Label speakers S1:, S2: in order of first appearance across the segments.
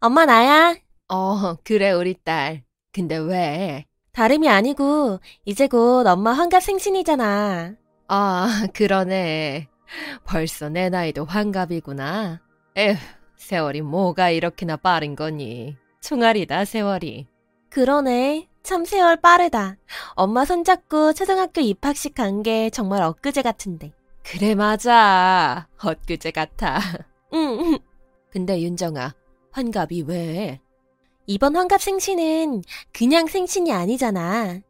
S1: 엄마 나야.
S2: 어, 그래, 우리 딸. 근데 왜?
S1: 다름이 아니고 이제 곧 엄마 환갑 생신이잖아.
S2: 아, 그러네. 벌써 내 나이도 환갑이구나. 에휴, 세월이 뭐가 이렇게나 빠른 거니. 총알이다, 세월이.
S1: 그러네. 참 세월 빠르다. 엄마 손잡고 초등학교 입학식 간 게 정말 엊그제 같은데.
S2: 그래, 맞아. 엊그제 같아.
S1: 응.
S2: 근데 윤정아, 환갑이 왜?
S1: 이번 환갑 생신은 그냥 생신이 아니잖아.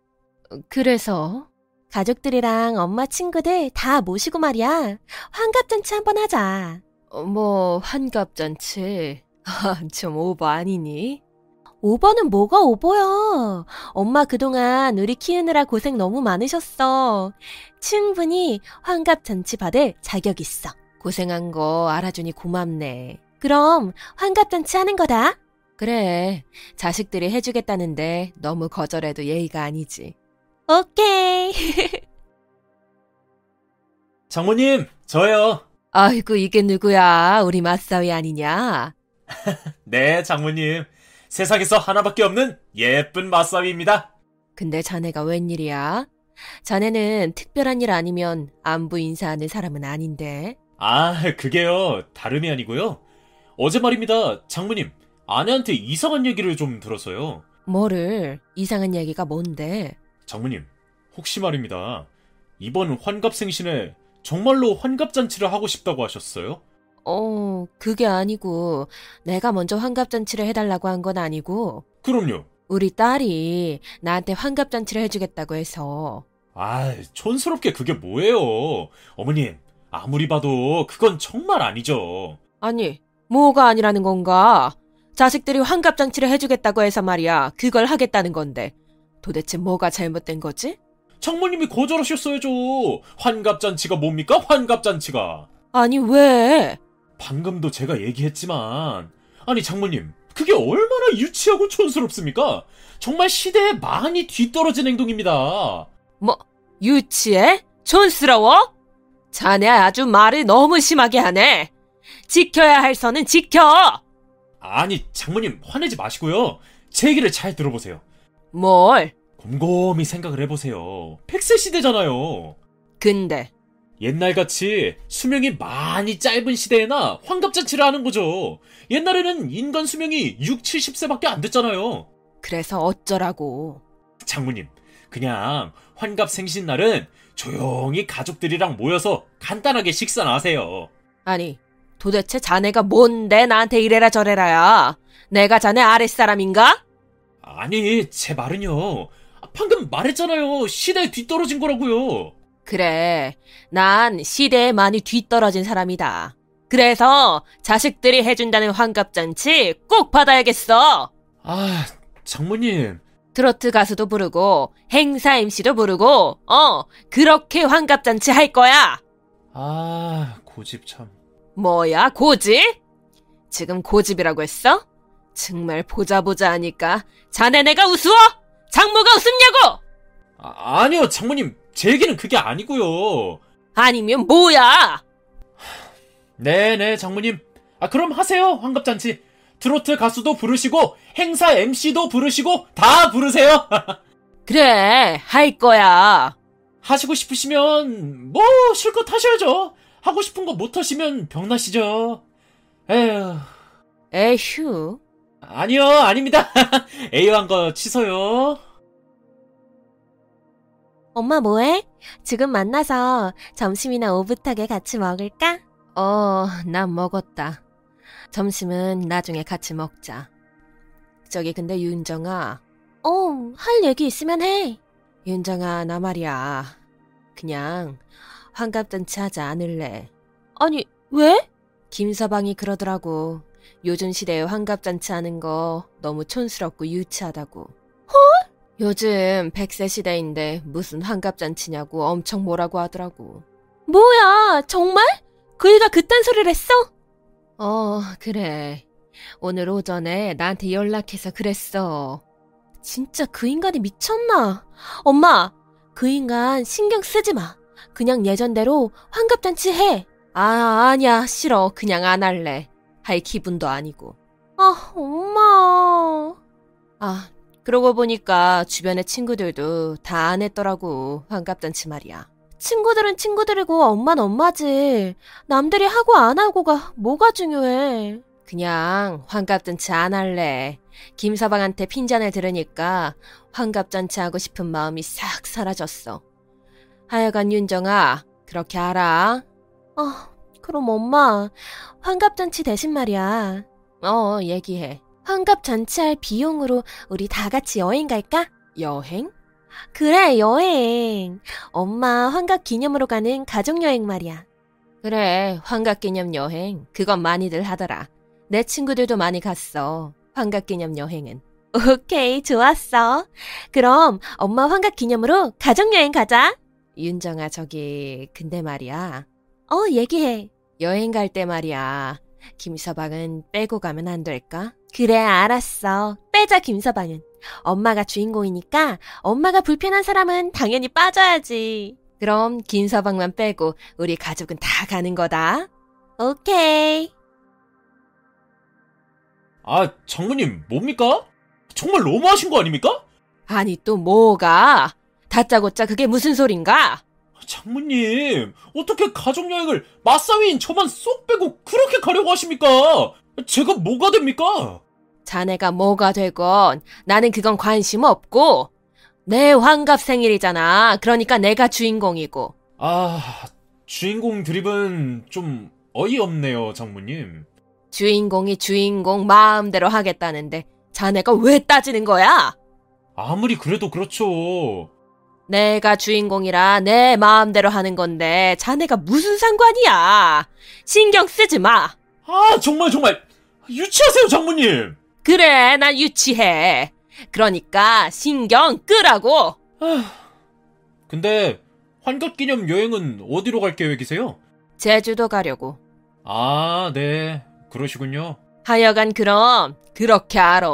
S2: 그래서?
S1: 가족들이랑 엄마 친구들 다 모시고 말이야. 환갑 잔치 한번 하자.
S2: 어, 뭐, 환갑잔치. 아, 좀 오버 아니니?
S1: 오버는 뭐가 오버야. 엄마 그동안 우리 키우느라 고생 너무 많으셨어. 충분히 환갑 잔치 받을 자격 있어.
S2: 고생한 거 알아주니 고맙네.
S1: 그럼 환갑 잔치 하는 거다.
S2: 그래, 자식들이 해주겠다는데 너무 거절해도 예의가 아니지.
S1: 오케이.
S3: 장모님, 저요.
S2: 아이고, 이게 누구야? 우리 맞사위 아니냐?
S3: 네, 장모님. 세상에서 하나밖에 없는 예쁜 마사위입니다.
S2: 근데 자네가 웬일이야? 자네는 특별한 일 아니면 안부 인사하는 사람은 아닌데.
S3: 아, 그게요. 다름이 아니고요. 어제 말입니다, 장모님. 아내한테 이상한 얘기를 좀 들어서요.
S2: 뭐를? 이상한 얘기가 뭔데?
S3: 장모님, 혹시 말입니다. 이번 환갑 생신에 정말로 환갑 잔치를 하고 싶다고 하셨어요?
S2: 어, 그게 아니고, 내가 먼저 환갑잔치를 해달라고 한 건 아니고,
S3: 그럼요.
S2: 우리 딸이 나한테 환갑잔치를 해주겠다고 해서,
S3: 아, 촌스럽게 그게 뭐예요? 어머님, 아무리 봐도 그건 정말 아니죠.
S2: 아니, 뭐가 아니라는 건가? 자식들이 환갑잔치를 해주겠다고 해서 말이야, 그걸 하겠다는 건데, 도대체 뭐가 잘못된 거지?
S3: 장모님이 거절하셨어야죠. 환갑 잔치가 뭡니까? 환갑 잔치가.
S2: 아니, 왜?
S3: 방금도 제가 얘기했지만, 아니 장모님, 그게 얼마나 유치하고 촌스럽습니까? 정말 시대에 많이 뒤떨어진 행동입니다.
S2: 유치해? 촌스러워? 자네 아주 말을 너무 심하게 하네. 지켜야 할 선은 지켜!
S3: 아니 장모님 화내지 마시고요. 제 얘기를 잘 들어보세요.
S2: 뭘?
S3: 곰곰이 생각을 해보세요. 팩세 시대잖아요.
S2: 근데,
S3: 옛날같이 수명이 많이 짧은 시대에나 환갑잔치를 하는 거죠. 옛날에는 인간 수명이 6, 70세밖에 안 됐잖아요.
S2: 그래서 어쩌라고.
S3: 장모님, 그냥 환갑 생신 날은 조용히 가족들이랑 모여서 간단하게 식사나 하세요.
S2: 아니, 도대체 자네가 뭔데 나한테 이래라 저래라야? 내가 자네 아랫사람인가?
S3: 아니, 제 말은요. 아, 방금 말했잖아요. 시대에 뒤떨어진 거라고요.
S2: 그래, 난 시대에 많이 뒤떨어진 사람이다. 그래서 자식들이 해준다는 환갑잔치 꼭 받아야겠어.
S3: 아, 장모님.
S2: 트로트 가수도 부르고 행사 MC도 부르고 어 그렇게 환갑잔치 할 거야.
S3: 아, 고집 참.
S2: 뭐야 고집? 지금 고집이라고 했어? 정말 보자 보자 하니까 자네 내가 우스워? 장모가 웃습냐고?
S3: 아, 아니요, 장모님. 제 얘기는 그게 아니고요.
S2: 아니면 뭐야?
S3: 네네, 장모님. 아, 그럼 하세요, 환갑잔치. 트로트 가수도 부르시고, 행사 MC도 부르시고, 다 부르세요.
S2: 그래 할 거야.
S3: 하시고 싶으시면 뭐 실컷 하셔야죠. 하고 싶은 거 못 하시면 병나시죠. 에휴.
S2: 에휴.
S3: 아니요, 아닙니다. 에휴한 거 치서요.
S1: 엄마 뭐해? 지금 만나서 점심이나 오붓하게 같이 먹을까?
S2: 어, 난 먹었다. 점심은 나중에 같이 먹자. 저기 근데 윤정아,
S1: 어, 할 얘기 있으면 해.
S2: 윤정아 나 말이야. 그냥 환갑잔치 하지 않을래.
S1: 아니, 왜?
S2: 김서방이 그러더라고. 요즘 시대에 환갑잔치 하는 거 너무 촌스럽고 유치하다고. 헐? 요즘 100세 시대인데 무슨 환갑잔치냐고 엄청 뭐라고 하더라고.
S1: 뭐야, 정말? 그이가 그딴 소리를 했어?
S2: 어, 그래. 오늘 오전에 나한테 연락해서 그랬어.
S1: 진짜 그 인간이 미쳤나? 엄마, 그 인간 신경 쓰지 마. 그냥 예전대로 환갑잔치 해.
S2: 아, 아니야, 싫어. 그냥 안 할래. 할 기분도 아니고.
S1: 아, 엄마.
S2: 아, 그러고 보니까 주변의 친구들도 다 안 했더라고. 환갑잔치 말이야.
S1: 친구들은 친구들이고 엄만 엄마지. 남들이 하고 안 하고가 뭐가 중요해.
S2: 그냥 환갑잔치 안 할래. 김 서방한테 핀잔을 들으니까 환갑잔치 하고 싶은 마음이 싹 사라졌어. 하여간 윤정아, 그렇게 알아. 어,
S1: 아, 그럼 엄마, 환갑잔치 대신 말이야.
S2: 어, 얘기해.
S1: 환갑잔치할 비용으로 우리 다 같이 여행 갈까?
S2: 여행?
S1: 그래, 여행. 엄마 환갑 기념으로 가는 가족여행 말이야.
S2: 그래, 환갑기념 여행. 그건 많이들 하더라. 내 친구들도 많이 갔어. 환갑기념 여행은.
S1: 오케이, 좋았어. 그럼 엄마 환갑 기념으로 가족여행 가자.
S2: 윤정아, 저기, 근데 말이야.
S1: 어, 얘기해.
S2: 여행 갈 때 말이야. 김서방은 빼고 가면 안 될까?
S1: 그래, 알았어. 빼자, 김서방은. 엄마가 주인공이니까 엄마가 불편한 사람은 당연히 빠져야지.
S2: 그럼 긴 서방만 빼고 우리 가족은 다 가는 거다.
S1: 오케이.
S3: 아, 장모님, 뭡니까? 정말 너무하신 거 아닙니까?
S2: 아니 또 뭐가? 다짜고짜 그게 무슨 소린가?
S3: 장모님, 어떻게 가족여행을 마사위인 저만 쏙 빼고 그렇게 가려고 하십니까? 제가 뭐가 됩니까?
S2: 자네가 뭐가 되건 나는 그건 관심 없고 내 환갑 생일이잖아. 그러니까 내가 주인공이고.
S3: 아, 주인공 드립은 좀 어이없네요, 장모님.
S2: 주인공이 주인공 마음대로 하겠다는데 자네가 왜 따지는 거야?
S3: 아무리 그래도 그렇죠.
S2: 내가 주인공이라 내 마음대로 하는 건데 자네가 무슨 상관이야? 신경 쓰지 마.
S3: 아, 정말 정말 유치하세요, 장모님.
S2: 그래, 난 유치해. 그러니까 신경 끄라고.
S3: 근데 환갑기념 여행은 어디로 갈 계획이세요?
S2: 제주도 가려고.
S3: 아, 네. 그러시군요.
S2: 하여간 그럼 그렇게 알아.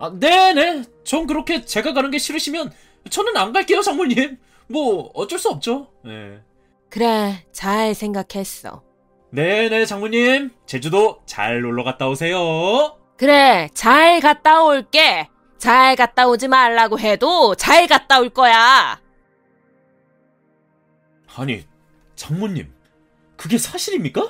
S3: 아, 네네. 전 그렇게 제가 가는 게 싫으시면 저는 안 갈게요, 장모님. 뭐 어쩔 수 없죠. 네.
S2: 그래, 잘 생각했어.
S3: 네네, 장모님. 제주도 잘 놀러 갔다 오세요.
S2: 그래, 잘 갔다 올게. 잘 갔다 오지 말라고 해도 잘 갔다 올 거야.
S3: 아니, 장모님. 그게 사실입니까?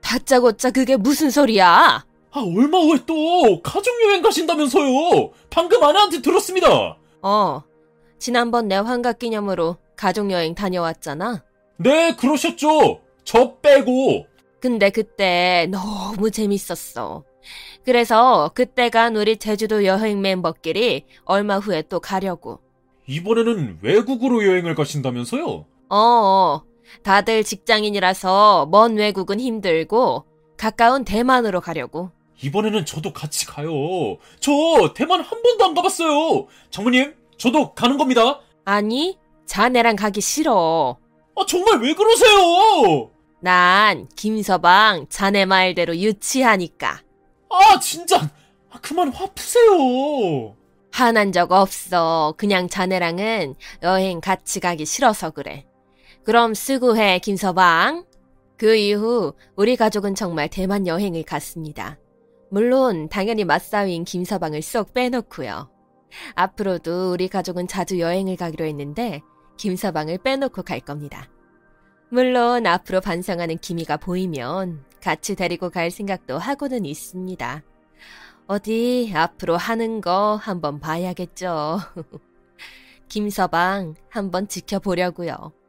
S2: 다짜고짜 그게 무슨 소리야?
S3: 아, 얼마 후에 또 가족여행 가신다면서요. 방금 아내한테 들었습니다.
S2: 어, 지난번 내 환갑 기념으로 가족여행 다녀왔잖아.
S3: 네, 그러셨죠. 저 빼고.
S2: 근데 그때 너무 재밌었어. 그래서 그때 간 우리 제주도 여행 멤버끼리 얼마 후에 또 가려고.
S3: 이번에는 외국으로 여행을 가신다면서요?
S2: 어, 다들 직장인이라서 먼 외국은 힘들고 가까운 대만으로 가려고.
S3: 이번에는 저도 같이 가요. 저 대만 한 번도 안 가봤어요. 장모님, 저도 가는 겁니다.
S2: 아니, 자네랑 가기 싫어.
S3: 아, 정말 왜 그러세요?
S2: 난 김서방 자네 말대로 유치하니까.
S3: 아, 진짜. 아, 그만 화 푸세요.
S2: 화난 적 없어. 그냥 자네랑은 여행 같이 가기 싫어서 그래. 그럼 수고해, 김서방. 그 이후 우리 가족은 정말 대만 여행을 갔습니다. 물론 당연히 맞사위인 김서방을 쏙 빼놓고요. 앞으로도 우리 가족은 자주 여행을 가기로 했는데 김서방을 빼놓고 갈 겁니다. 물론 앞으로 반성하는 기미가 보이면 같이 데리고 갈 생각도 하고는 있습니다. 어디 앞으로 하는 거 한번 봐야겠죠. 김서방 한번 지켜보려고요.